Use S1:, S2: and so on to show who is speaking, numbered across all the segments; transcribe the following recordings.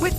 S1: With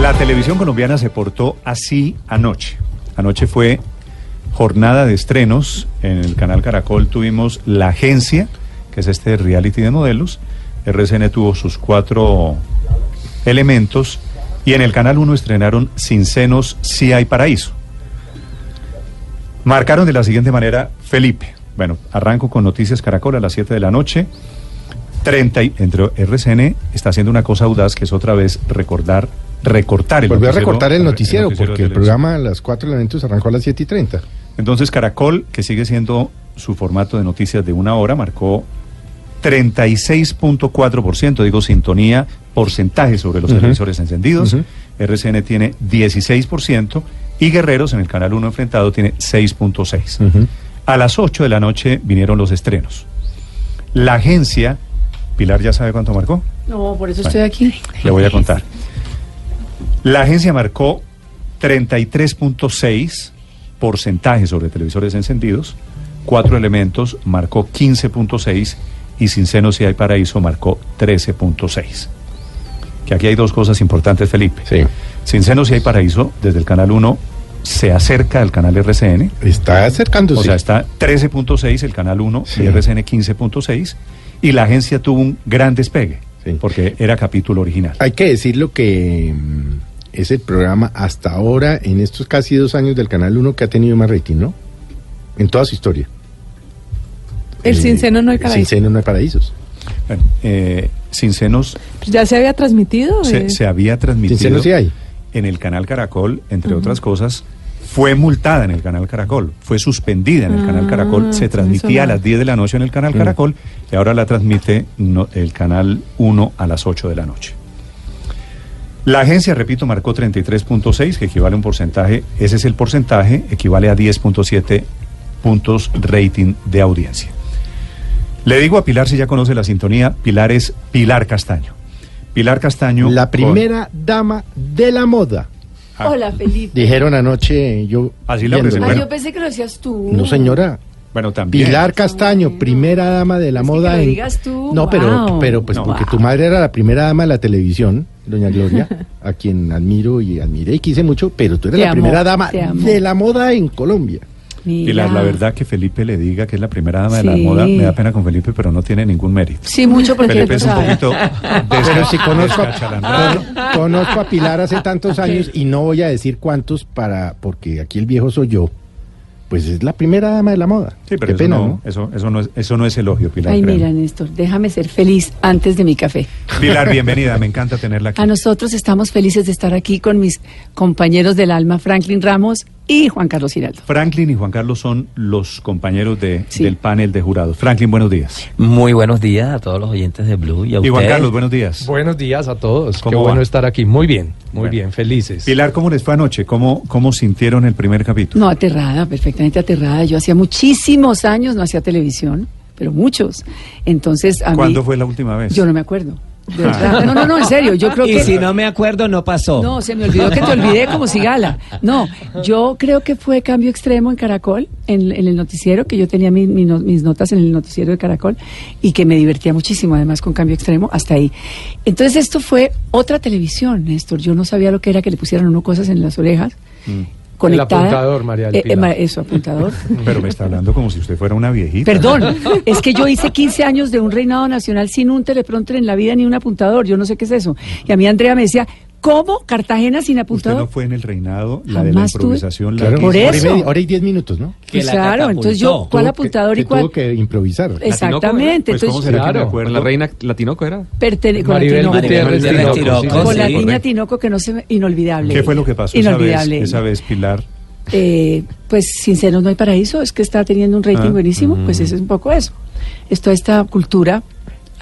S2: La televisión colombiana se portó así anoche. Anoche fue jornada de estrenos. En el canal Caracol tuvimos La Agencia, que es este reality de modelos. RCN tuvo sus cuatro elementos. Y en el canal 1 estrenaron Sin Senos, Si Hay Paraíso. Marcaron de la siguiente manera Felipe. Bueno, arranco con Noticias Caracol a las 7 de la noche. 30 y, entre RCN está haciendo una cosa audaz que es otra vez recordar recortar el
S3: Volvió a
S2: noticiero,
S3: recortar el noticiero, porque
S2: de
S3: el
S2: televisión.
S3: programa a las 4 elementos arrancó a las 7 y 30.
S2: Entonces Caracol, que sigue siendo su formato de noticias de una hora, marcó 36.4%, digo sintonía, porcentaje sobre los
S3: Ujú.
S2: televisores encendidos.
S3: Ujú.
S2: RCN tiene 16% y Guerreros en el canal 1 enfrentado tiene 6.6%. A las 8 de la noche vinieron los estrenos. La agencia, Pilar ya sabe cuánto marcó.
S4: No, por eso
S2: Bueno.
S4: estoy aquí.
S2: Le voy a contar. La agencia marcó 33.6 porcentaje sobre televisores encendidos, cuatro elementos marcó 15.6 y Sin Seno si hay paraíso marcó 13.6. Que aquí hay dos cosas importantes, Felipe.
S3: Sí.
S2: Sin Seno si hay paraíso desde el canal 1 se acerca al canal RCN.
S3: Está acercándose.
S2: O sea, está 13.6 el canal 1
S3: Sí.
S2: y RCN 15.6 y la agencia tuvo un gran despegue
S3: Sí.
S2: porque era capítulo original.
S3: Hay que decirlo que mm, es el programa hasta ahora, en estos casi dos años del Canal 1, que ha tenido más rating, ¿no? En toda su historia.
S4: El
S3: Eh,
S4: sin seno no hay
S3: el
S4: paraíso.
S3: Sin seno no hay paraísos.
S2: Bueno, eh, Sin Senos
S4: Pues Ya se había transmitido.
S2: se,
S4: eh,
S2: se había
S3: Sin
S2: transmitido
S3: seno sí hay.
S2: en el canal Caracol, entre otras cosas, fue multada en el canal Caracol, fue suspendida en el canal
S4: Ah,
S2: Caracol, se
S4: eso
S2: transmitía a
S4: no.
S2: las 10 de la noche en el
S3: Mm.
S2: canal Caracol y ahora la transmite no- el canal 1 a las 8 de la noche. La agencia, repito, marcó 33.6, que equivale a un porcentaje, ese es el porcentaje, equivale a 10.7 puntos rating de audiencia. Le digo a Pilar si ya conoce la sintonía, Pilar es Pilar Castaño. Pilar Castaño.
S3: La
S2: con-
S3: primera dama de la moda.
S2: Ah,
S5: Hola, Felipe.
S3: Dijeron anoche yo.
S2: Así la
S3: viéndola.
S2: presenté.
S5: Ah,
S2: bueno.
S5: yo pensé que lo decías tú.
S3: No, señora.
S2: Bueno, también.
S3: Pilar Castaño, primera dama de la
S5: Es que
S3: moda.
S5: que lo
S3: en-
S5: digas tú,
S3: no, pero,
S4: wow.
S3: pero pues
S2: No.
S3: porque
S2: Wow.
S3: tu madre era la primera dama de la televisión, doña Gloria, a quien admiro y admiré y quise mucho, pero tú eres
S4: Te
S3: la
S4: amo,
S3: primera dama
S4: te amo.
S3: de la moda en Colombia.
S4: Mira.
S2: Pilar, la verdad que Felipe le diga que es la primera dama de la
S4: Sí.
S2: moda, me da pena con Felipe, pero no tiene ningún mérito.
S4: Sí, mucho porque
S2: Felipe
S4: tú
S2: es un
S4: sabes.
S2: poquito
S3: Pero si conozco, a,
S2: descachalandrado.
S3: con- conozco a Pilar hace tantos años y no voy a decir cuántos para porque aquí el viejo soy yo. Pues es la primera dama de la moda.
S2: Sí, pero
S3: Qué
S2: eso,
S3: pena,
S2: no,
S3: ¿no?
S2: Eso, eso no es, eso no es elogio, Pilar.
S4: Ay,
S2: créeme.
S4: mira, Néstor, déjame ser feliz antes de mi café.
S2: Pilar, bienvenida, me encanta tenerla aquí.
S4: A nosotros estamos felices de estar aquí con mis compañeros del alma, Franklin Ramos y Juan Carlos Giraldo.
S2: Franklin y Juan Carlos son los compañeros de,
S4: Sí.
S2: del panel de jurados. Franklin, buenos días.
S6: Muy buenos días a todos los oyentes de Blue y a
S2: Y Juan
S6: ustedes.
S2: Carlos, buenos días.
S7: Buenos días a todos. Qué
S2: ¿Cómo
S7: bueno
S2: va?
S7: estar aquí. Muy bien, muy
S2: Bueno.
S7: bien, felices.
S2: Pilar, ¿cómo les fue anoche? ¿Cómo, cómo sintieron el primer capítulo?
S4: No, aterrada, perfectamente aterrada. Yo hacía muchísimos años no hacía televisión, pero muchos. Entonces, a
S2: ¿Cuándo
S4: mí,
S2: fue Ah. la última vez?
S4: Yo no me acuerdo. De verdad. No, no, no, en serio. Yo creo
S6: Y
S4: que
S6: si no me acuerdo, no
S7: Oh.
S6: pasó.
S4: No, se me olvidó que te olvidé como cigala. No, yo creo que fue cambio extremo en Caracol, en, en el noticiero, que yo tenía mi- mi no- mis notas en el noticiero de Caracol y que me divertía muchísimo, además con cambio extremo, hasta ahí. Entonces esto fue otra televisión, Néstor. Yo no sabía lo que era que le pusieran uno cosas en las orejas. conectada.
S7: Mm. apuntador, María del
S4: Eh, eh,
S7: Pilar.
S4: ma- eso, apuntador.
S2: Pero me está hablando como si usted fuera una viejita.
S4: Perdón, es que yo hice 15 años de un reinado nacional sin un teleprompter en la vida ni un apuntador. Yo no sé qué es eso. Y a mí Andrea me decía, ¿cómo Cartagena sin
S2: Usted
S4: apuntador?
S2: no fue en el reinado, la de la
S4: Jamás tuve-
S2: improvisación, la
S3: Claro,
S2: que
S4: Por
S2: hizo-
S3: hora y
S4: eso.
S3: media- hora y diez minutos, ¿no?
S6: Que la
S4: claro,
S6: catapultó.
S4: entonces yo, ¿cuál
S3: Tuvo que-
S4: apuntador
S3: que
S4: y cuál?
S3: Tuvo que improvisar.
S4: Exactamente.
S2: Pues, ¿cómo
S4: entonces,
S2: será que me
S7: Claro.
S2: acuerdo?
S8: ¿La reina Latinoco era?
S4: pertene- con
S7: Maribel
S4: la Tinoco.
S7: Gutiérrez
S6: Maribel
S7: Tinoco,
S6: Tinoco,
S7: sí,
S4: Con la
S6: sí.
S4: niña Tinoco que no se me- inolvidable.
S2: ¿Qué fue lo que pasó esa vez,
S4: Inolvidable.
S2: esa vez, Pilar?
S4: Eh, pues sinceros no hay paraíso, es que está teniendo un rating
S2: Ah,
S4: buenísimo, pues eso es un poco eso. Es toda esta cultura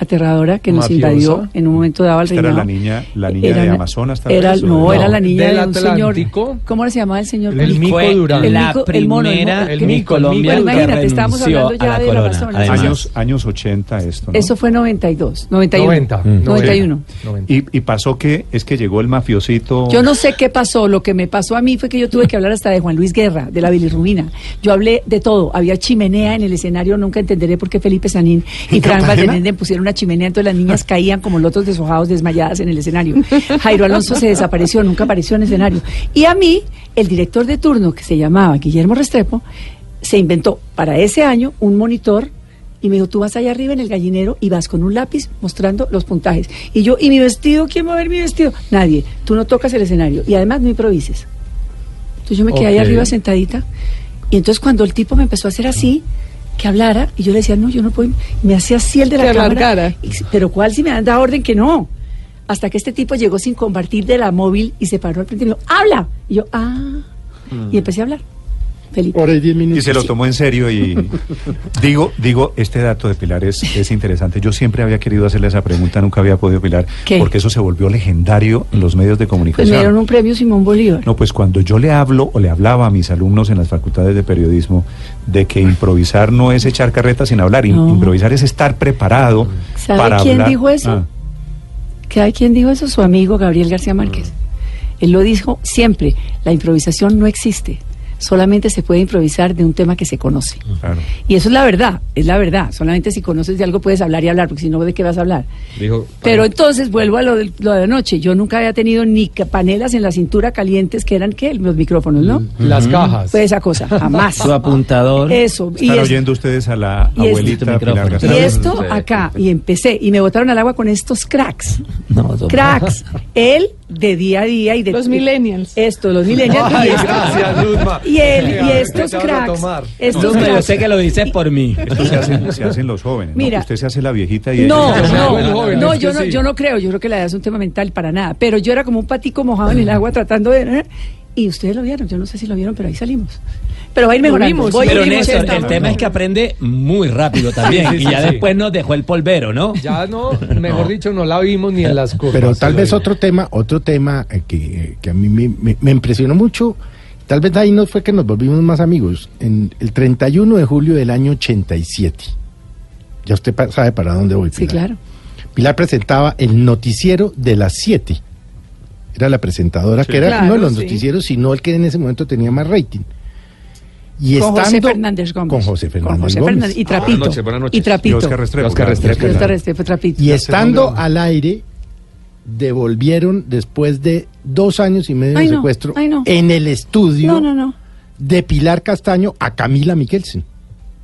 S4: aterradora que nos
S9: Mafiosa.
S4: invadió en un momento dado al
S2: Esta era
S4: reinado.
S2: la niña- la niña
S4: Era
S2: de
S4: una-
S2: Amazonas, tal
S4: Era,
S2: vez, o-
S4: no,
S2: no,
S4: era la niña
S9: ¿del
S4: de un señor.
S9: Atlántico?
S4: ¿Cómo era se llamaba el señor?
S9: El Mico
S6: Fue
S9: Durán.
S4: El
S6: la
S4: Mico- el mono, el
S6: primera
S4: mono.
S9: El Mico, el Mico
S6: que
S9: Durán.
S4: Imagínate, estamos
S6: renunció
S4: hablando ya
S6: a la
S4: de la
S6: corona,
S4: Amazonas.
S6: además.
S2: Años, años 80 esto, ¿no?
S4: Eso fue 92, 91.
S9: 90.
S4: 91.
S2: Y, y pasó que es que llegó el mafiosito.
S4: Yo no sé qué pasó, lo que me pasó a mí fue que yo tuve que hablar hasta de Juan Luis Guerra, de la bilirrubina. Yo hablé de todo, había chimenea en el escenario, nunca entenderé por qué Felipe Sanín y Frank Valdenenden pusieron una chimenea, entonces las niñas caían como lotos deshojados, desmayadas en el escenario. Jairo Alonso se desapareció, nunca apareció en el escenario. Y a mí, el director de turno, que se llamaba Guillermo Restrepo, se inventó para ese año un monitor y me dijo, tú vas allá arriba en el gallinero y vas con un lápiz mostrando los puntajes. Y yo, ¿y mi vestido? ¿Quién va a ver mi vestido? Nadie. Tú no tocas el escenario. Y además no improvises. Entonces yo me quedé ahí
S9: Ok.
S4: arriba sentadita. Y entonces cuando el tipo me empezó a hacer así, que hablara, y yo le decía, no, yo no puedo. y Me hacía así el de la
S1: Que
S4: cámara.
S1: alargara.
S4: Y s- Pero ¿cuál si me han dado orden que no? Hasta que este tipo llegó sin compartir de la móvil y se paró al frente y me dijo, ¡habla! Y yo, ¡ah!
S1: Mm.
S4: Y empecé a hablar. Felipe.
S7: Hora y diez
S2: Y
S7: minutos.
S2: se lo tomó en serio y digo, digo, este dato de Pilar es, es interesante. Yo siempre había querido hacerle esa pregunta, nunca había podido Pilar,
S4: ¿Qué?
S2: porque eso se volvió legendario en los medios de
S4: Pues
S2: comunicación.
S4: me dieron un premio Simón Bolívar.
S2: No, pues cuando yo le hablo o le hablaba a mis alumnos en las facultades de periodismo de que improvisar no es echar carreta sin hablar, im-
S4: No.
S2: improvisar es estar preparado
S4: ¿Sabe
S2: para
S4: quién
S2: hablar.
S4: dijo eso?
S2: Ah,
S4: que hay quien dijo eso? Su amigo Gabriel García Márquez.
S1: Mm.
S4: Él lo dijo siempre, la improvisación no existe, solamente se puede improvisar de un tema que se conoce.
S2: claro.
S4: Y eso es la verdad, es la verdad, solamente si conoces de algo puedes hablar y hablar, porque si no, ¿de qué vas a hablar?
S9: Dijo,
S4: Pero entonces vuelvo a lo de, lo de anoche, yo nunca había tenido ni ca- panelas en la cintura calientes, que eran, ¿qué? Los micrófonos, ¿no?
S9: Las cajas.
S4: Pues esa cosa, jamás.
S6: Su apuntador.
S4: Eso. y
S2: Están
S4: es-
S2: oyendo ustedes a la
S4: y es-
S9: Este
S2: abuelita Pilar
S6: micrófono.
S2: García.
S4: y esto
S6: Sí.
S4: acá, y empecé, y me botaron al agua con estos cracks.
S6: No, no.
S4: Cracks. Él de día a día y de.
S1: Los millennials.
S4: Esto, los millennials.
S9: Ay,
S4: y estos-
S9: gracias, Luzma.
S4: Y él, y
S9: Venga,
S4: estos
S9: te vas a
S4: cracks.
S9: tomar.
S4: Estos
S6: Luzma, yo
S4: cracks.
S6: sé que lo dice por mí.
S2: Esto se hacen, se hacen los jóvenes. ¿no?
S4: Mira.
S2: Usted se hace la viejita y
S4: No,
S2: ellos-
S4: no,
S9: Bueno,
S4: no,
S9: jóvenes,
S4: no,
S9: es que
S4: yo no,
S9: sí.
S4: yo no creo, yo creo que la edad es un tema mental para nada, pero yo era como un patico mojado en el agua tratando de... ¿eh? Y ustedes lo vieron, yo no sé si lo vieron, pero ahí salimos. Pero va a ir mejorando.
S1: vimos,
S4: voy
S6: Pero
S4: a ir
S1: Néstor,
S6: Néstor,
S4: mejorando.
S6: el tema es que aprende muy rápido
S9: Sí,
S6: también.
S9: sí,
S6: Y
S9: sí,
S6: ya
S9: sí.
S6: después nos dejó el polvero, ¿no?
S9: Ya no, mejor dicho, no la vimos ni en las curvas.
S7: Pero tal
S9: Se
S7: vez
S9: lo
S7: otro tema, otro tema eh, que, eh, que a mí me, me- me impresionó mucho, tal vez ahí no fue que nos volvimos más amigos, en el 31 de julio del año 87. Ya usted pa- sabe para dónde voy.
S4: Sí,
S7: Pilar.
S4: claro.
S7: Pilar presentaba el noticiero de las 7. Era la presentadora, que era
S1: Claro,
S7: no de los
S1: sí.
S7: noticieros, sino el que en ese momento tenía más rating. Y
S4: Con José
S7: estando-
S4: Fernández Gómez.
S7: Con José Fernández
S4: Con José
S7: Gómez. Ah,
S4: Fernández. Y Trapito.
S9: Buenas noches, buenas noches.
S4: Y
S2: Y
S4: Trapito.
S2: Oscar Restrepo.
S9: Oscar
S2: claro.
S9: Restrepo.
S4: Y Oscar Restrepo, Trapito.
S7: Y
S2: este
S7: estando
S2: nombre-
S7: al aire, devolvieron después de dos años y medio
S4: Ay,
S7: de
S4: no,
S7: secuestro
S4: ay, no.
S7: en el estudio
S4: No, no, no.
S7: de Pilar Castaño a Camila Michelsen,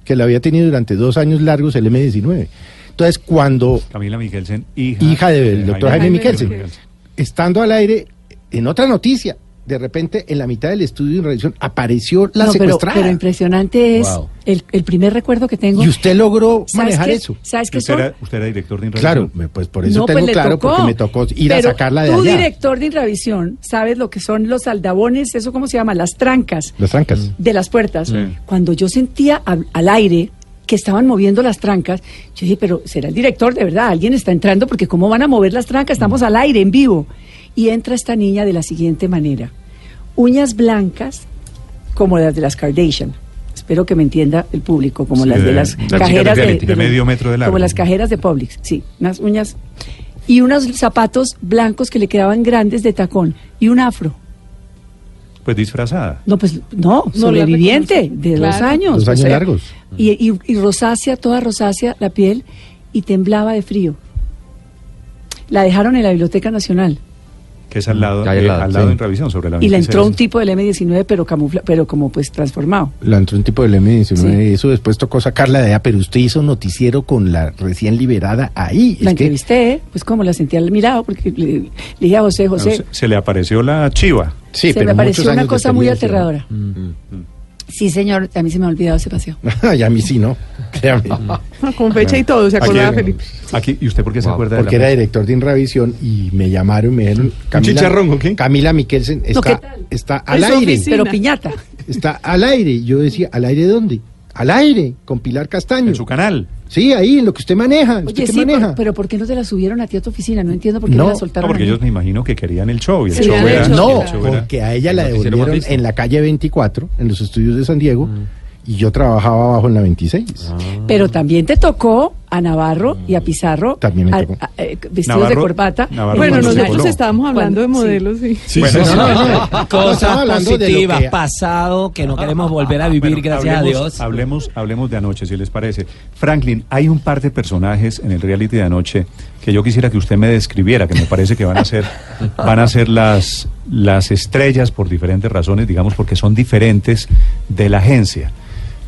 S7: que la había tenido durante dos años largos el M19. Entonces, cuando
S2: Camila Michelsen, hija,
S7: hija del doctor Jaime
S1: Jaime
S7: Michelsen,
S1: Michelsen.
S7: estando al aire, en otra noticia, de repente en la mitad del estudio en revisión apareció la
S4: No, pero,
S7: secuestrada.
S4: pero impresionante es
S6: Wow.
S4: el, el primer recuerdo que tengo.
S7: y usted logró
S4: ¿Sabes
S7: manejar
S4: qué?
S7: eso.
S4: ¿Sabes qué
S2: Usted
S4: son?
S2: era, usted era director de
S7: Claro,
S2: Inravisión.
S7: me- pues por eso
S4: No,
S7: tengo
S4: pues le
S7: claro, porque me tocó ir a
S4: Pero
S7: sacarla de
S4: tú,
S7: allá.
S4: director de Inravisión, sabes lo que son los aldabones, eso cómo se llama, las trancas
S7: Las trancas.
S4: de las puertas.
S2: Sí.
S4: Cuando yo sentía al, al aire que estaban moviendo las trancas, yo dije, pero será el director, de verdad, alguien está entrando, porque ¿cómo van a mover las trancas? Estamos
S2: Mm.
S4: al aire, en vivo. Y entra esta niña de la siguiente manera. Uñas blancas, como las de las Kardashian. Espero que me entienda el público, como
S2: Sí,
S4: las de,
S2: de-
S4: las
S2: las chicas
S4: cajeras
S2: de
S4: de,
S2: reality, de medio metro de largo.
S4: Como las cajeras de Publix, sí, unas uñas. Y unos zapatos blancos que le quedaban grandes de tacón. Y un afro.
S2: Pues disfrazada.
S4: No, pues no,
S1: la
S4: sobreviviente
S1: reconoce.
S4: de dos
S1: Claro.
S4: años.
S7: Dos años largos.
S4: Y, y- y rosácea, toda rosácea la piel y temblaba de frío. La dejaron en la Biblioteca Nacional
S2: que es al lado,
S9: Mm, Ahí al
S2: eh,
S9: lado,
S2: al lado
S7: sí.
S2: en revisión sobre la
S4: y le
S2: 26.
S4: entró un tipo del M19 pero camufla, pero como pues transformado.
S7: La entró un tipo del M19
S4: Sí.
S7: y eso después tocó sacarla de allá, pero usted hizo noticiero con la recién liberada ahí.
S4: La
S7: Es que-
S4: entrevisté, pues como la sentí al mirado porque le, le dije a José,
S2: Claro,
S4: José,
S2: se, se le apareció la chiva.
S7: sí,
S4: se
S7: pero
S4: me
S7: muchos
S4: pareció una
S7: años
S4: cosa muy
S7: después de Mm. eso.
S4: aterradora. Mm. Sí, señor, a mí se me ha olvidado ese paseo.
S7: Ay, a mí sí, ¿no? Créame.
S1: Con fecha y todo, se acordaba
S2: Aquí-
S1: Felipe.
S2: Aquí, ¿Y usted por qué se acuerda
S7: Porque
S2: de la
S7: era director de Inravisión y me llamaron y me dijeron... Camila,
S2: chicharrón, ¿o qué?
S7: Camila Michelsen
S4: ¿qué
S7: está,
S4: tal?
S7: está al
S1: Es
S7: aire.
S1: ofici-
S4: Pero
S1: Tina.
S4: piñata.
S7: Está al aire. Yo decía, ¿al aire dónde?
S3: al aire con Pilar Castaño.
S2: en su canal.
S3: Sí, ahí, en lo que usted maneja. ¿Usted
S4: Oye,
S3: qué
S4: sí,
S3: maneja?
S4: por- pero ¿por qué no te la subieron a ti a tu oficina? No entiendo por qué
S3: No,
S4: no, la
S2: No,
S4: soltaron.
S2: porque
S4: a mí.
S2: ellos me imagino que querían el show. Y el
S4: Sí,
S2: show
S4: el
S2: era,
S4: show,
S2: el
S3: No,
S2: show era-
S3: porque a ella
S7: el
S3: la
S7: noticiero más
S3: devolvieron
S7: visto.
S3: en la calle 24, en los estudios de San Diego,
S7: Mm.
S3: y yo trabajaba abajo en la 26.
S7: Ah.
S4: Pero también te tocó a Navarro y a Pizarro
S3: También me
S4: a-
S3: tocó.
S4: a- eh, vestidos de
S2: Navarro-
S4: corbatata.
S2: Navarro
S5: Bueno,
S2: cuando se
S5: nosotros
S2: coló.
S5: estábamos hablando de
S4: Cuando- sí.
S5: modelos, sí.
S2: Bueno,
S3: sí,
S2: no,
S3: sí.
S2: no, no.
S3: estaba
S6: Cosas
S3: hablando de lo
S6: positivas,
S3: que-
S6: pasado, que no queremos volver a vivir,
S2: Ah, Bueno,
S6: gracias
S2: hablemos,
S6: a Dios.
S2: Hablemos, hablemos de anoche, si les parece. Franklin, hay un par de personajes en el reality de anoche que yo quisiera que usted me describiera, que me parece que van a ser, van a ser las, las estrellas por diferentes razones, digamos, porque son diferentes de la agencia.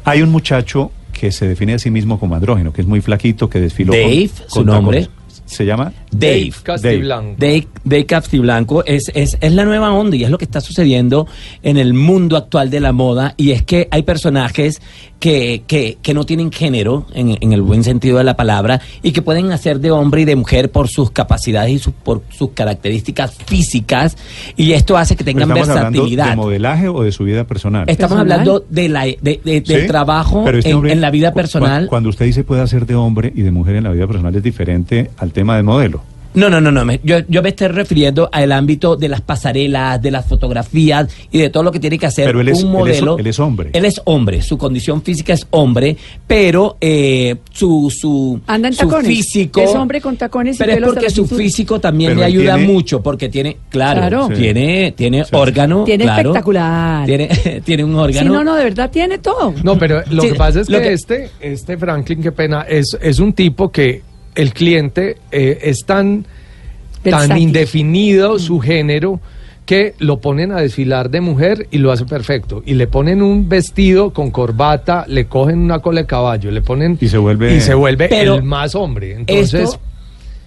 S2: Hay un muchacho que se define a sí mismo como andrógeno, que es muy flaquito, que desfiló. con-
S6: Dave,
S2: con
S6: su
S2: tacones.
S6: nombre.
S2: Se llama
S6: Dave.
S7: Castiblanco.
S6: Dave, Dave Castiblanco es, es, es la nueva onda y es lo que está sucediendo en el mundo actual de la moda y es que hay personajes que, que, que no tienen género en, en el buen sentido de la palabra y que pueden hacer de hombre y de mujer por sus capacidades y su- por sus características físicas y esto hace que
S2: Pero
S6: tengan
S2: estamos hablando
S6: versatilidad.
S2: ¿De modelaje o de su vida personal?
S6: Estamos
S4: Personal.
S6: hablando de la, de- de- del
S2: Sí,
S6: trabajo
S2: pero este
S6: en,
S2: hombre,
S6: en la vida
S2: cu-
S6: personal.
S2: cua- Cuando usted dice puede hacer de hombre y de mujer en la vida personal es diferente al tema de modelo.
S6: No, no, no, no. me- Yo, yo me estoy refiriendo al ámbito de las pasarelas, de las fotografías y de todo lo que tiene que hacer
S2: Pero él es-
S6: un
S2: él es-
S6: modelo.
S2: él es hombre.
S6: Él es hombre. Su condición física es hombre, pero eh, su su
S4: Anda en
S6: su
S4: tacones.
S6: físico
S4: Es hombre con tacones y
S6: Pero es
S4: pelos hasta
S6: porque
S4: la
S6: su
S4: cintura.
S6: físico también
S2: Pero
S6: le
S2: él
S6: ayuda
S2: tiene-
S6: mucho porque tiene claro,
S4: Claro.
S2: Sí.
S6: tiene tiene
S2: Sí, sí.
S6: órgano,
S4: Tiene
S6: claro.
S4: espectacular.
S6: Tiene tiene un órgano.
S4: Sí, no, no, de verdad tiene todo.
S7: No, pero lo
S6: Sí,
S7: que pasa es
S6: lo
S7: que,
S6: que-
S7: este, este Franklin, qué pena, es, es un tipo que el cliente eh, es tan, tan
S4: Versátil.
S6: Mm.
S7: indefinido su género que lo ponen a desfilar de mujer y lo hace perfecto. Y le ponen un vestido con corbata, le cogen una cola de caballo, le ponen...
S2: Y se vuelve-
S7: Y se vuelve
S6: Pero
S7: el más hombre. Entonces...
S6: esto,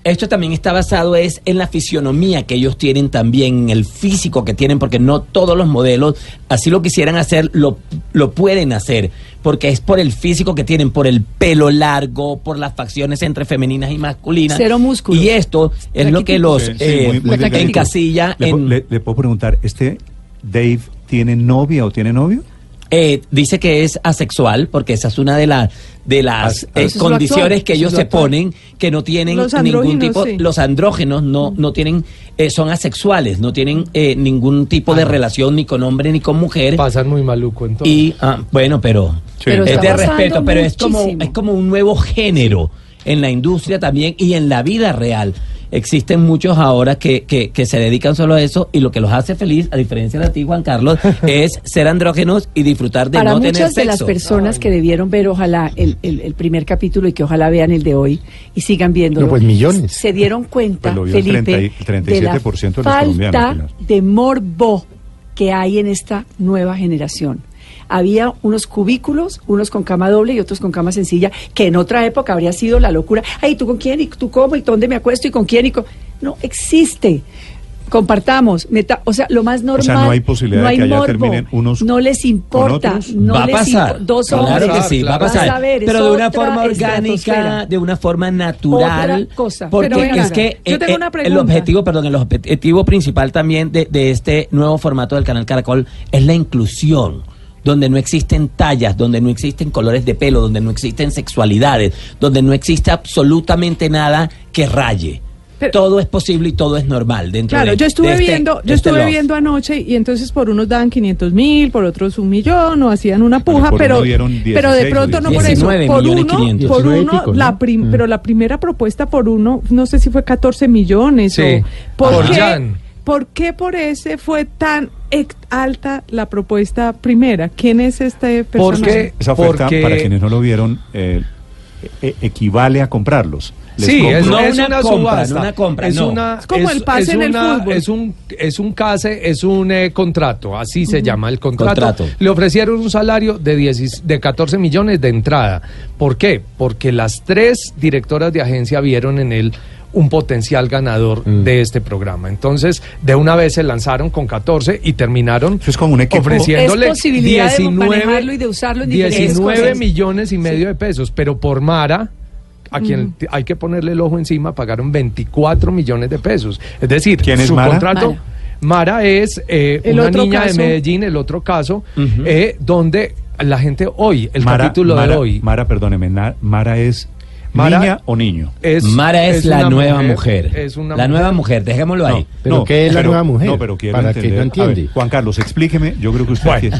S6: esto también está basado es en la fisionomía que ellos tienen también, en el físico que tienen, porque no todos los modelos, así lo quisieran hacer, lo, lo pueden hacer, porque es por el físico que tienen, por el pelo largo, por las facciones entre femeninas y masculinas.
S4: Cero músculo.
S6: Y esto es lo que los
S2: Sí, sí,
S6: eh,
S2: muy- muy delgadito.
S6: encasilla
S2: Le, po-
S6: en...
S2: le- le puedo preguntar, ¿este Dave tiene novia o tiene novio?
S6: Eh, dice que es asexual porque esa es una de, las de las
S2: As-
S6: eh,
S4: Eso es lo
S6: condiciones
S4: actual,
S6: que
S4: eso
S6: ellos
S4: es lo
S6: se
S4: actual.
S6: ponen que no tienen
S5: Los
S6: ningún
S5: andrógenos,
S6: tipo
S5: sí.
S6: los andrógenos
S4: Mm.
S6: no no tienen eh, son asexuales no tienen eh, ningún tipo
S4: Ah.
S6: de relación ni con hombre ni con mujer
S7: pasan muy maluco entonces.
S6: y ah, bueno pero
S2: Sí.
S4: Pero
S6: es
S4: está
S6: de
S4: pasando
S6: respeto pero es como
S4: muchísimo.
S6: es como un nuevo género en la industria también y en la vida real existen muchos ahora que, que, que se dedican solo a eso y lo que los hace feliz a diferencia de ti Juan Carlos es ser andrógenos y disfrutar de
S4: Para
S6: no tener
S4: muchas
S6: sexo
S4: de las personas que debieron ver, ojalá, el, el- el primer capítulo y que ojalá vean el de hoy y sigan viéndolo.
S3: No, pues millones.
S4: Se dieron cuenta,
S2: Pues lo vio el
S4: Felipe,
S2: 30 y-
S4: de la
S2: 37% de los
S4: falta
S2: colombianos, Pilar.
S4: de morbo que hay en esta nueva generación. Había unos cubículos, unos con cama doble y otros con cama sencilla, que en otra época habría sido la locura. Ay, ¿tú con quién? ¿Y tú cómo? ¿Y dónde me acuesto? ¿Y con quién? ¿Y con-? No existe. Compartamos. meta- o sea, lo más normal.
S2: sea, no hay posibilidad
S4: no
S2: de que
S4: hay
S2: allá
S4: morbo,
S2: terminen unos
S4: No les
S2: con
S4: importa.
S2: otros.
S4: No
S6: va a
S4: les
S6: pasar.
S4: impo- Dos
S6: claro
S4: hombres.
S6: que sí, va a
S7: Vas
S6: pasar.
S4: a ver, es
S6: pero de una
S4: otra
S6: forma orgánica,
S4: estratosfera.
S6: de una forma natural.
S4: Otra cosa.
S6: Porque
S5: Pero venga,
S6: es que
S5: yo
S6: eh,
S5: tengo
S6: eh,
S5: una
S6: el
S5: pregunta.
S6: objetivo, perdón, el objetivo principal también de, de este nuevo formato del canal Caracol es la inclusión donde no existen tallas, donde no existen colores de pelo, donde no existen sexualidades, donde no existe absolutamente nada que raye.
S5: Pero-
S6: todo es posible y todo es normal dentro
S5: Claro,
S6: de-
S5: yo estuve
S6: de este-
S5: viendo,
S6: de
S5: yo
S6: este
S5: estuve
S6: love.
S5: viendo anoche y entonces por unos daban 500 mil, por otros un millón o hacían una
S2: Bueno,
S5: puja,
S2: por
S5: pero,
S2: uno dieron
S5: pero
S2: 16
S5: de
S2: o
S5: pronto no por
S6: 19
S5: eso, por
S6: millones
S5: uno,
S6: 500.
S5: por
S3: 19 y
S5: uno,
S3: pico, ¿no?
S5: la prim- pero la primera propuesta por uno, no sé si fue 14 millones
S7: Sí,
S5: o ¿por
S7: por
S5: qué-
S7: Jan.
S5: ¿Por qué por ese fue tan ex- alta la propuesta primera? ¿Quién es este personaje?
S7: Porque-
S2: Esa oferta,
S7: Porque-
S2: para quienes no lo vieron, eh, e- equivale a comprarlos. Les
S7: Sí,
S2: compro.
S7: es,
S6: No
S7: es
S6: una
S7: una,
S6: compra,
S7: subasta.
S6: no una compra,
S7: es,
S6: no.
S7: una-
S5: Es como el pase en el
S7: una-
S5: fútbol.
S7: Es un, es un case, es un eh, contrato, así se llama el contrato.
S6: Contrato.
S7: Le ofrecieron un salario de, 10 de 14 millones de entrada. ¿Por qué? Porque las tres directoras de agencia vieron en él un potencial ganador de este programa. Entonces, de una vez se lanzaron con 14 y terminaron
S2: Eso es como un equipo.
S7: ofreciéndole
S4: Es posibilidad de
S7: 19,
S4: manejarlo y de usarlo en diferentes
S7: 19
S4: cosas.
S7: millones y medio de pesos, pero por Mara a quien t- hay que ponerle el ojo encima, pagaron 24 millones de pesos. Es decir,
S2: ¿Quién es
S7: su
S2: Mara?
S7: contrato... Mara, es eh,
S5: El
S7: una
S5: otro
S7: niña
S5: caso.
S7: de Medellín, el otro caso,
S6: Ujú.
S7: eh, donde la gente hoy, el
S2: Mara,
S7: capítulo
S2: Mara,
S7: de hoy.
S2: Mara, perdóneme, na- Mara es
S7: Mara-
S2: niña o niño.
S7: es,
S6: Mara es, la
S7: una
S6: nueva mujer.
S7: es una
S6: la nueva mujer, dejémoslo ahí.
S3: ¿Pero qué es la nueva mujer?
S2: No, pero quiero
S3: Para que
S2: entender.
S3: no entiende.
S2: A ver, Juan Carlos, explíqueme. Yo creo que usted
S7: Bueno.
S2: quiere.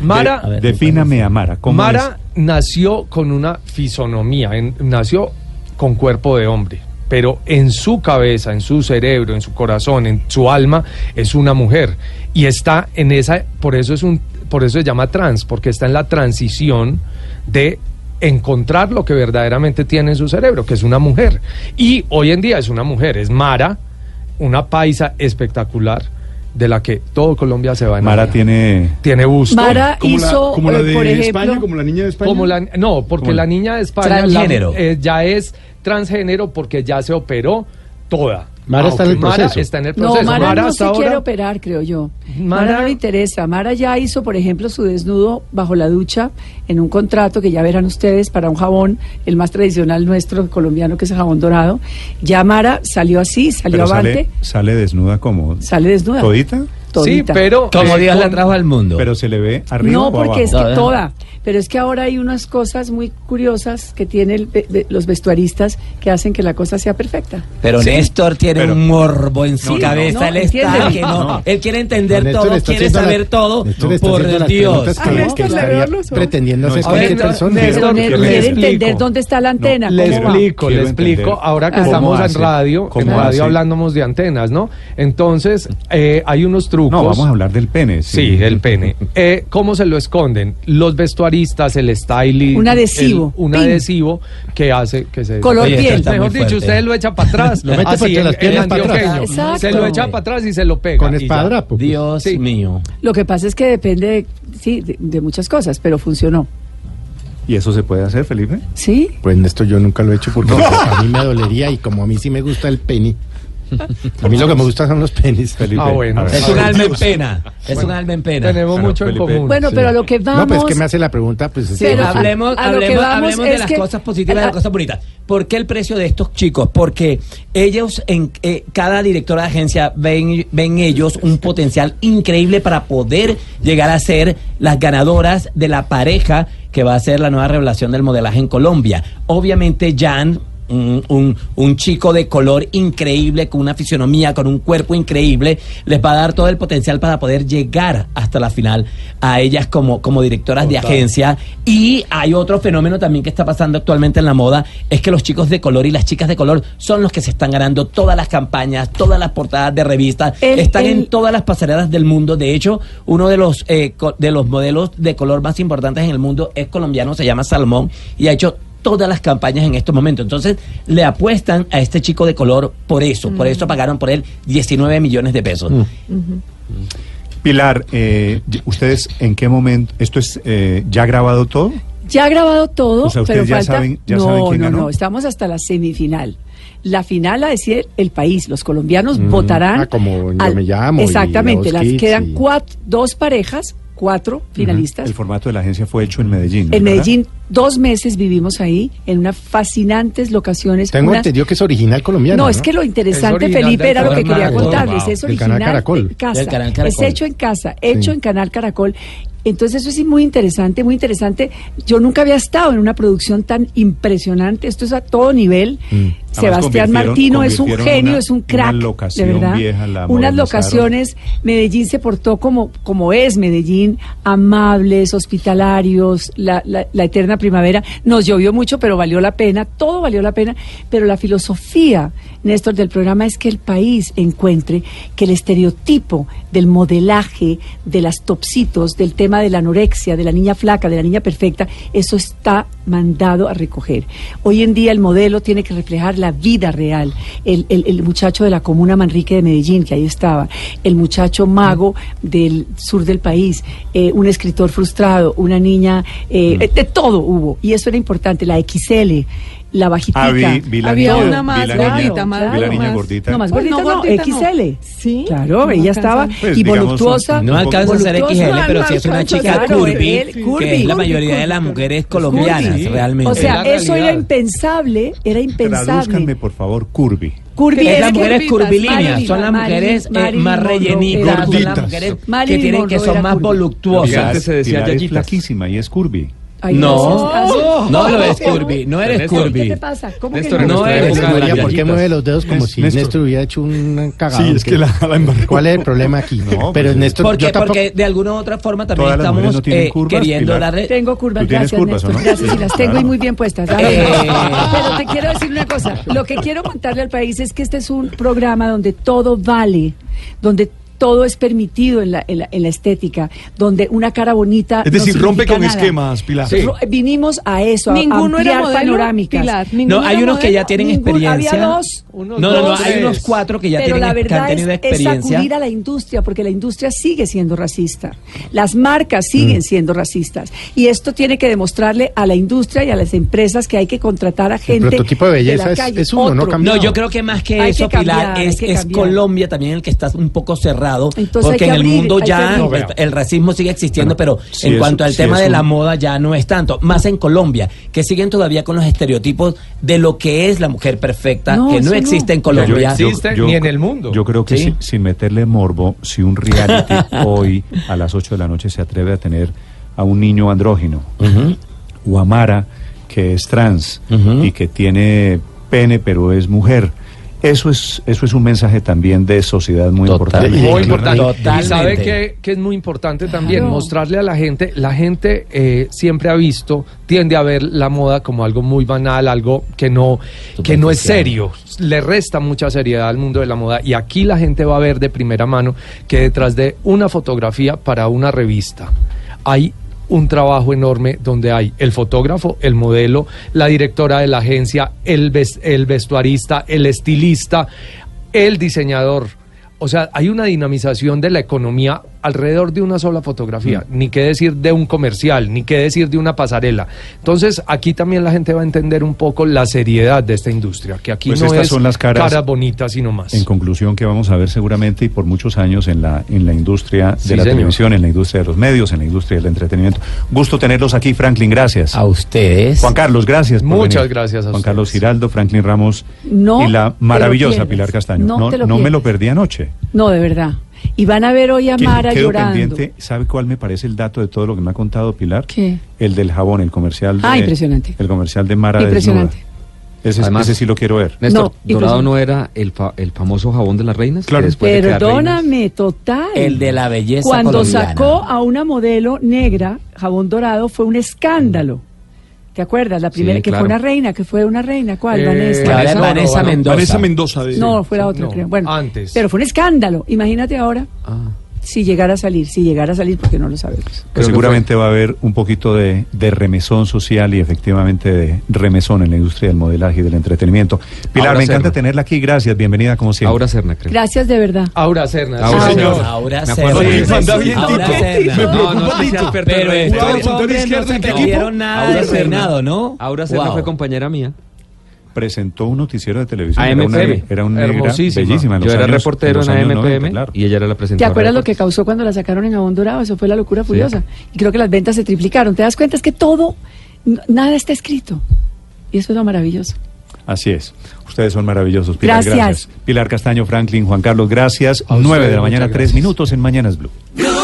S7: Mara,
S6: A ver,
S2: Defíname a Mara. ¿Cómo
S7: Mara nació con una fisonomía, en- nació con cuerpo de hombre, pero en su cabeza, en su cerebro, en su corazón, en su alma, es una mujer. Y está en esa, por eso es un, por eso se llama trans, porque está en la transición de encontrar lo que verdaderamente tiene en su cerebro, que es una mujer. Y hoy en día es una mujer, es Mara, una paisa espectacular de la que todo Colombia se va a
S2: es? Mara
S7: enamorar.
S2: tiene.
S7: tiene gusto.
S4: Mara hizo,
S3: como la
S4: eh,
S3: de
S4: por ejemplo,
S3: España, como la niña de España.
S7: Como la, no, porque
S2: Como-
S7: la niña de España
S6: Transgénero.
S7: la- eh, ya es transgénero porque ya se operó toda.
S3: Mara está en el
S7: Mara
S3: proceso.
S7: está en el
S4: No,
S7: proceso.
S4: Mara, no se
S7: hasta
S4: quiere
S7: ahora-
S4: operar, creo yo. Mara,
S7: Mara-
S4: no le interesa. Mara ya hizo, por ejemplo, su desnudo bajo la ducha en un contrato que ya verán ustedes para un jabón, el más tradicional nuestro colombiano, que es el jabón dorado. Ya Mara salió así, salió
S2: Pero
S4: avante,
S2: sale, sale desnuda como.
S4: sale, desnuda.
S2: ¿Todita?
S7: Sí,
S4: Todita.
S7: pero
S6: Como
S7: eh,
S6: Dios la
S7: con-
S6: trajo al mundo.
S2: Pero se le ve arriba.
S4: No,
S2: o
S4: porque es
S2: abajo?
S4: que
S6: Todavía.
S4: toda. Pero es que ahora hay unas cosas muy curiosas que tienen eh, los vestuaristas que hacen que la cosa sea perfecta.
S6: Pero
S2: Sí,
S6: Néstor tiene
S2: pero-
S6: un morbo en su
S2: No, no,
S6: cabeza.
S4: no,
S6: él, está,
S4: entiéndeme.
S6: que no-
S2: No.
S6: él quiere entender
S3: Néstor
S6: todo,
S3: está
S6: quiere
S3: haciendo la-
S6: saber todo.
S3: Néstor está haciendo
S6: por
S3: las
S6: Dios.
S3: preguntas que-
S5: Ah,
S3: que
S5: Néstor le
S3: estaría
S5: veo los ojos.
S3: pretendiendo
S2: No,
S3: hacer
S2: es que
S3: cualquier
S7: Néstor-
S3: persona.
S4: Pero
S7: Néstor-
S4: ne-
S2: quiero-
S4: quiere
S7: explico.
S4: entender dónde está la antena.
S7: Le
S4: ¿cómo va?
S7: explico,
S2: Quiero
S7: le explico.
S2: entender.
S7: Ahora que
S2: ¿Cómo
S7: estamos
S2: hace?
S7: en radio, en
S2: ¿Cómo
S7: radio
S2: hace?
S7: hablándonos de antenas, ¿no? Entonces, eh, hay unos trucos.
S2: No, vamos a hablar del pene.
S7: Sí, el pene. Eh, ¿Cómo se lo esconden? Los vestuaristas, el styling.
S4: Un adhesivo.
S7: el- un
S4: Pin.
S7: adhesivo que hace que se.
S4: Color
S7: Oye,
S4: piel.
S7: esto está Mejor
S6: muy
S7: dicho,
S6: fuerte.
S7: usted lo echa para atrás.
S3: Lo mete
S7: así,
S3: entre
S7: el-
S3: las
S7: el
S3: piernas para atrás.
S7: antioqueño.
S4: Exacto.
S7: Se lo echa para atrás y se lo pega.
S3: Con
S7: y ya.
S3: espadrapo. pues.
S6: Dios
S7: Sí.
S6: mío.
S4: Lo que pasa es que depende, de- sí, de, de muchas cosas, pero funcionó.
S2: ¿Y eso se puede hacer, Felipe?
S4: ¿Sí?
S3: Pues esto yo nunca lo he hecho porque a mí me dolería y como a mí sí me gusta el pene. A mí lo que me gusta son los penes.
S2: Felipe.
S7: Ah, bueno.
S2: a ver.
S6: Es un alma en pena. Es un alma en pena.
S7: Tenemos
S2: Bueno,
S7: mucho en
S2: Felipe.
S7: común.
S4: Bueno,
S7: sí.
S4: pero a lo que vamos...
S3: No, pues es que me hace la pregunta, pues es
S4: Sí, Pero-
S3: que-
S6: hablemos,
S4: a lo que
S6: hablemos-
S4: vamos
S6: hablemos de
S4: es
S6: las
S4: que-
S6: cosas positivas, de
S4: a-
S6: las cosas bonitas. ¿Por qué el precio de estos chicos? Porque ellos, en, eh, cada directora de agencia, ven, ven ellos un potencial increíble para poder llegar a ser las ganadoras de la pareja que va a ser la nueva revelación del modelaje en Colombia. Obviamente, Jan. Un, un- un chico de color increíble, con una fisionomía, con un cuerpo increíble, les va a dar todo el potencial para poder llegar hasta la final a ellas como, como directoras de agencia. Y hay otro fenómeno también que está pasando actualmente en la moda, es que los chicos de color y las chicas de color son los que se están ganando todas las campañas, todas las portadas de revistas,
S4: El-
S6: están
S4: el-
S6: en todas las pasarelas del mundo. De hecho, uno de los, eh, co- de los modelos de color más importantes en el mundo es colombiano, se llama Salmón, y ha hecho todas las campañas en estos momentos. Entonces, le apuestan a este chico de color por eso, por
S4: Mm.
S6: eso pagaron por él 19 millones de pesos.
S2: Pilar, eh, y- ¿ustedes en qué momento? ¿Esto es eh, ya grabado todo?
S4: Ya ha grabado todo,
S2: O sea,
S4: pero
S2: ustedes ya
S4: falta...
S2: saben- ya
S4: no,
S2: saben quién
S4: no,
S2: ganó.
S4: no, estamos hasta la semifinal. La final la decide el país. Los colombianos votarán...
S3: Ah, como Yo Me Llamo y
S4: Exactamente.
S3: La
S4: Las
S3: Voz Kids
S4: quedan
S3: y-
S4: cuatro, dos parejas, cuatro finalistas.
S2: El formato de la agencia fue hecho en Medellín. ¿no?
S4: En
S2: ¿Verdad?
S4: Medellín, dos meses vivimos ahí, en unas fascinantes locaciones.
S3: Tengo
S4: unas-
S3: entendido que es original colombiano.
S4: No, es que lo interesante,
S7: Es original
S4: Felipe,
S7: del
S4: era lo que
S6: canal
S4: quería
S6: Caracol.
S4: contarles.
S6: Wow.
S4: Es
S3: Del
S4: original
S3: canal Caracol.
S4: en casa.
S6: Del canal Caracol.
S4: Es hecho en casa, hecho en Canal Caracol. Entonces eso es muy interesante, muy interesante. Yo nunca había estado en una producción tan impresionante. Esto es a todo nivel.
S3: Mm.
S4: Sebastián
S2: convirtieron-
S4: Martino es un
S2: convirtieron
S4: genio,
S2: una-
S4: es un
S2: una
S4: crack, de
S2: locación
S4: verdad.
S2: vieja, la
S4: Unas
S2: modernizaron.
S4: locaciones, Medellín se portó como, como es Medellín, amables, hospitalarios, la, la- la eterna primavera. Nos llovió mucho, pero valió la pena, todo valió la pena. Pero la filosofía, Néstor, del programa es que el país encuentre que el estereotipo del modelaje, de las topsitos, del tema de la anorexia, de la niña flaca, de la niña perfecta, eso está mandado a recoger. Hoy en día el modelo tiene que reflejar la vida real. El, el- el muchacho de la comuna Manrique de Medellín, que ahí estaba, el muchacho mago del sur del país, eh, un
S2: Mm.
S4: escritor frustrado, una niña, eh, de todo hubo. Y eso era importante, la XL. la bajitica.
S2: Ah, vi- vi la
S4: Había
S2: niña-
S4: una
S2: vi
S4: más
S2: la
S4: gordita,
S2: niña-
S4: más-
S2: vi la
S4: claro,
S2: niña
S4: más-
S2: gordita.
S4: No, más
S5: Pues
S4: gordita,
S5: no,
S4: no,
S5: gordita no.
S4: XL.
S5: Sí.
S4: Claro,
S5: No
S4: ella
S5: alcanzan.
S4: estaba
S2: Pues,
S4: y
S2: digamos,
S4: voluptuosa.
S2: no
S6: No alcanza a ser
S4: voluptuosa.
S6: XL, pero si es una chica
S4: Claro, él,
S6: curvy,
S4: curvy.
S6: que es la mayoría de las
S5: curvy.
S6: mujeres colombianas,
S2: Curvy.
S6: realmente.
S4: O sea,
S7: Es la
S4: eso era
S7: realidad.
S4: impensable, era
S2: Tradúzcanme,
S4: impensable.
S2: por favor, curvy.
S4: Curvy
S6: Es
S4: es
S6: las
S4: que-
S6: mujeres
S5: curvitas,
S6: curvilíneas, son las
S4: Marilyn,
S6: mujeres eh,
S4: Marilyn
S6: más
S4: Monroe
S6: rellenitas,
S4: era-
S6: son las
S2: Gorditas.
S6: mujeres que
S4: Marilyn
S6: tienen
S4: Monroe
S6: que son
S4: era
S6: más
S4: curvy.
S6: voluptuosas.
S7: Antes se decía
S2: Pilar es
S7: yayitas.
S2: flaquísima y es curvy.
S4: Ay,
S6: No, no lo es curvy, no eres
S7: Ernesto,
S4: ¿Qué te
S6: curvy.
S4: pasa? ¿Cómo
S7: Néstor,
S4: que
S7: en
S4: no?
S6: No
S7: nuestra
S6: eres
S7: época
S6: curvy.
S7: las
S3: ¿Por qué
S7: yayitas.
S3: mueve los dedos como
S2: Nes-
S3: si
S2: Néstor.
S3: Néstor, hubiera hecho un cagado?
S2: Sí, es que la- la embarró.
S3: ¿Cuál es el problema aquí?
S2: No,
S3: pero
S2: pues,
S3: Néstor,
S6: Porque,
S3: yo tampoco...
S6: porque de alguna u otra forma también
S2: Todas las mujeres
S6: estamos
S2: no tienen
S6: eh,
S2: curvas,
S6: queriendo
S2: Pilar.
S6: darle...
S4: Tengo curvas,
S2: Tú tienes
S4: gracias,
S2: curvas, ¿o
S4: Néstor,
S2: no?
S4: gracias,
S2: Sí,
S4: y las
S2: claro.
S4: tengo y muy bien puestas.
S6: Eh.
S4: Pero te quiero decir una cosa, lo que quiero contarle al país es que este es un programa donde todo vale, donde todo es permitido en la, en la, en la estética, donde una cara bonita.
S2: Es
S4: no
S2: decir, rompe
S4: significa
S2: con
S4: nada.
S2: esquemas, Pilar.
S7: Sí.
S4: Ro- Vinimos a eso, a
S5: Ninguno era
S4: ampliar
S5: modelo,
S4: panorámicas.
S5: Pilar,
S6: No,
S5: ninguno
S6: hay
S5: era
S6: unos que ya
S5: modelo.
S6: tienen
S4: Ningún-
S6: experiencia.
S4: había dos.
S7: Unos
S6: no, no, no,
S7: dos,
S6: hay
S7: tres.
S6: unos cuatro que ya
S4: Pero
S6: tienen,
S4: la
S6: que han
S4: verdad es,
S6: tenido
S4: es
S6: experiencia.
S4: sacudir a la industria, porque la industria sigue siendo racista. Las marcas
S6: Mm.
S4: siguen siendo racistas. Y esto tiene que demostrarle a la industria y a las empresas que hay que contratar a gente.
S3: prototipo de belleza
S4: la
S3: es-
S4: calle.
S3: es uno, no
S4: Otro.
S3: cambia.
S6: No, yo creo que más que
S4: Hay
S6: eso,
S4: que cambiar,
S6: Pilar,
S4: hay
S6: es,
S4: que
S6: es
S4: cambiar.
S6: Colombia también el que está un poco cerrado,
S4: Entonces hay
S6: porque
S4: que
S6: en el
S4: abrir,
S6: mundo
S4: hay que
S6: ya
S4: abrir.
S6: el- el racismo sigue existiendo, pero
S2: sí
S6: en
S2: es-
S6: cuanto al
S2: sí
S6: tema
S2: es
S6: de
S2: un-
S6: la moda ya no es tanto, más en Colombia, que siguen todavía con los estereotipos de lo que es la mujer perfecta,
S4: No,
S6: que
S4: eso
S6: no
S4: no.
S6: existe en
S7: yo-
S6: Colombia.
S7: yo- existe ni en el mundo.
S2: Yo creo que
S6: Sí.
S2: si- sin meterle morbo, si un reality hoy a las 8 de la noche se atreve a tener a un niño andrógino
S6: Ujú.
S2: o a Mara, que es trans
S6: Ujú.
S2: y que tiene pene pero es mujer, eso es, eso es un mensaje también de sociedad muy
S6: Total.
S2: importante.
S7: Muy
S3: Y-
S7: importante.
S6: Totalmente.
S7: Y sabe que, que es muy importante también
S4: Claro.
S7: mostrarle a la gente, la gente eh, siempre ha visto, tiende a ver la moda como algo muy banal, algo que no, que no es serio, le resta mucha seriedad al mundo de la moda y aquí la gente va a ver de primera mano que detrás de una fotografía para una revista hay un trabajo enorme donde hay el fotógrafo, el modelo, la directora de la agencia, el, ves- el vestuarista, el estilista, el diseñador. O sea, hay una dinamización de la economía alrededor de una sola fotografía, ni qué decir de un comercial, ni qué decir de una pasarela. Entonces, aquí también la gente va a entender un poco la seriedad de esta industria, que aquí
S2: Pues
S7: no
S2: estas
S7: es
S2: son las caras-
S7: bonitas y no más.
S2: En conclusión, que vamos a ver seguramente y por muchos años en la, en la industria de
S7: Sí,
S2: la
S7: señor.
S2: televisión, en la industria de los medios, en la industria del entretenimiento. Gusto tenerlos aquí, Franklin, gracias.
S6: A ustedes.
S2: Juan Carlos, gracias. por
S7: Muchas
S2: venir.
S7: gracias a
S2: Juan
S7: ustedes.
S2: Carlos Giraldo, Franklin Ramos
S4: No
S2: y la
S4: te lo
S2: maravillosa
S4: pierdas.
S2: Pilar Castaño.
S4: No
S2: No,
S4: te lo
S2: no me lo
S4: pierdas.
S2: perdí anoche.
S4: No, de verdad. Y van a ver hoy a
S2: Que-
S4: Mara
S2: Quedo
S4: llorando.
S2: pendiente. ¿Sabe cuál me parece el dato de todo lo que me ha contado Pilar?
S4: ¿Qué?
S2: El del jabón, el comercial. De,
S4: Ah, impresionante.
S2: El comercial de Mara
S4: Impresionante.
S2: desnuda. Ese,
S8: Además-
S2: ese sí lo quiero ver.
S8: Néstor,
S4: No,
S8: Dorado
S4: impresionante.
S8: no era el, fa- el famoso jabón de las reinas. que
S2: Claro.
S8: después de quedar reinas-
S4: Perdóname, total.
S6: El de la belleza
S4: Cuando
S6: colombiana.
S4: sacó a una modelo negra, jabón dorado, fue un escándalo. ¿Te acuerdas? La primera,
S8: Sí,
S4: que
S8: claro.
S4: fue una reina, que fue una reina. ¿Cuál,
S7: Eh,
S6: Que ahora es
S4: Vanessa?
S7: Vanessa
S6: Vanessa
S7: Oro,
S6: Mendoza.
S4: No, fue la otra,
S7: No,
S4: creo. Bueno,
S7: antes.
S4: Pero fue un escándalo. Imagínate ahora
S8: Ah,
S4: si llegara a salir, si llegara a salir, porque no lo sabemos.
S8: creo que
S2: seguramente va a haber un poquito de, de remesón social y efectivamente de remesón en la industria del modelaje y del entretenimiento. Pilar,
S8: Ahora
S2: me encanta
S8: Serna.
S2: tenerla aquí. Gracias, bienvenida como
S8: fue
S2: siempre.
S8: Aura Serna, creo.
S4: Gracias de verdad.
S7: Aura Serna.
S8: Aura
S7: sí,
S8: Serna.
S7: señor.
S6: Ahora
S8: Me
S6: se
S8: acuerdo.
S6: ríe.
S8: Sí, anda
S7: bien
S6: Ahora
S7: tito.
S6: se ríe.
S7: Me preocupa
S6: no
S7: tito.
S6: seas
S7: Pero
S6: perverso.
S7: este
S6: Estos
S7: hombres
S6: hombres
S7: izquierdo,
S6: no
S7: ¿en
S6: se
S7: qué equipo?
S6: perdieron nada
S8: Aura
S6: de
S8: Serna.
S6: reinado, ¿no?
S8: Aura Serna
S6: Wow.
S8: fue compañera mía.
S2: presentó un noticiero de televisión.
S8: AMPM.
S2: Era una, era una negra
S7: Hermosísima.
S2: bellísima. en
S8: Yo
S2: los
S8: era
S2: años-
S8: reportero
S2: los
S8: en
S2: años
S8: AMPM
S2: 90, claro.
S8: y ella era la presentadora.
S4: ¿Te acuerdas
S8: de
S4: lo que
S8: deportes.
S4: causó cuando la sacaron en Jabón Dorado? Eso fue la locura furiosa. Y creo que las ventas se triplicaron. ¿Te das cuenta? Es que todo, n- nada está escrito. Y eso es lo maravilloso.
S2: Así es. Ustedes son maravillosos, Pilar. Gracias.
S4: Gracias.
S2: Pilar Castaño, Franklin, Juan Carlos, gracias.
S7: A ustedes,
S2: 9 de la mañana,
S7: muchas
S2: tres
S7: gracias.
S2: minutos en Mañanas Blue.
S1: Blue,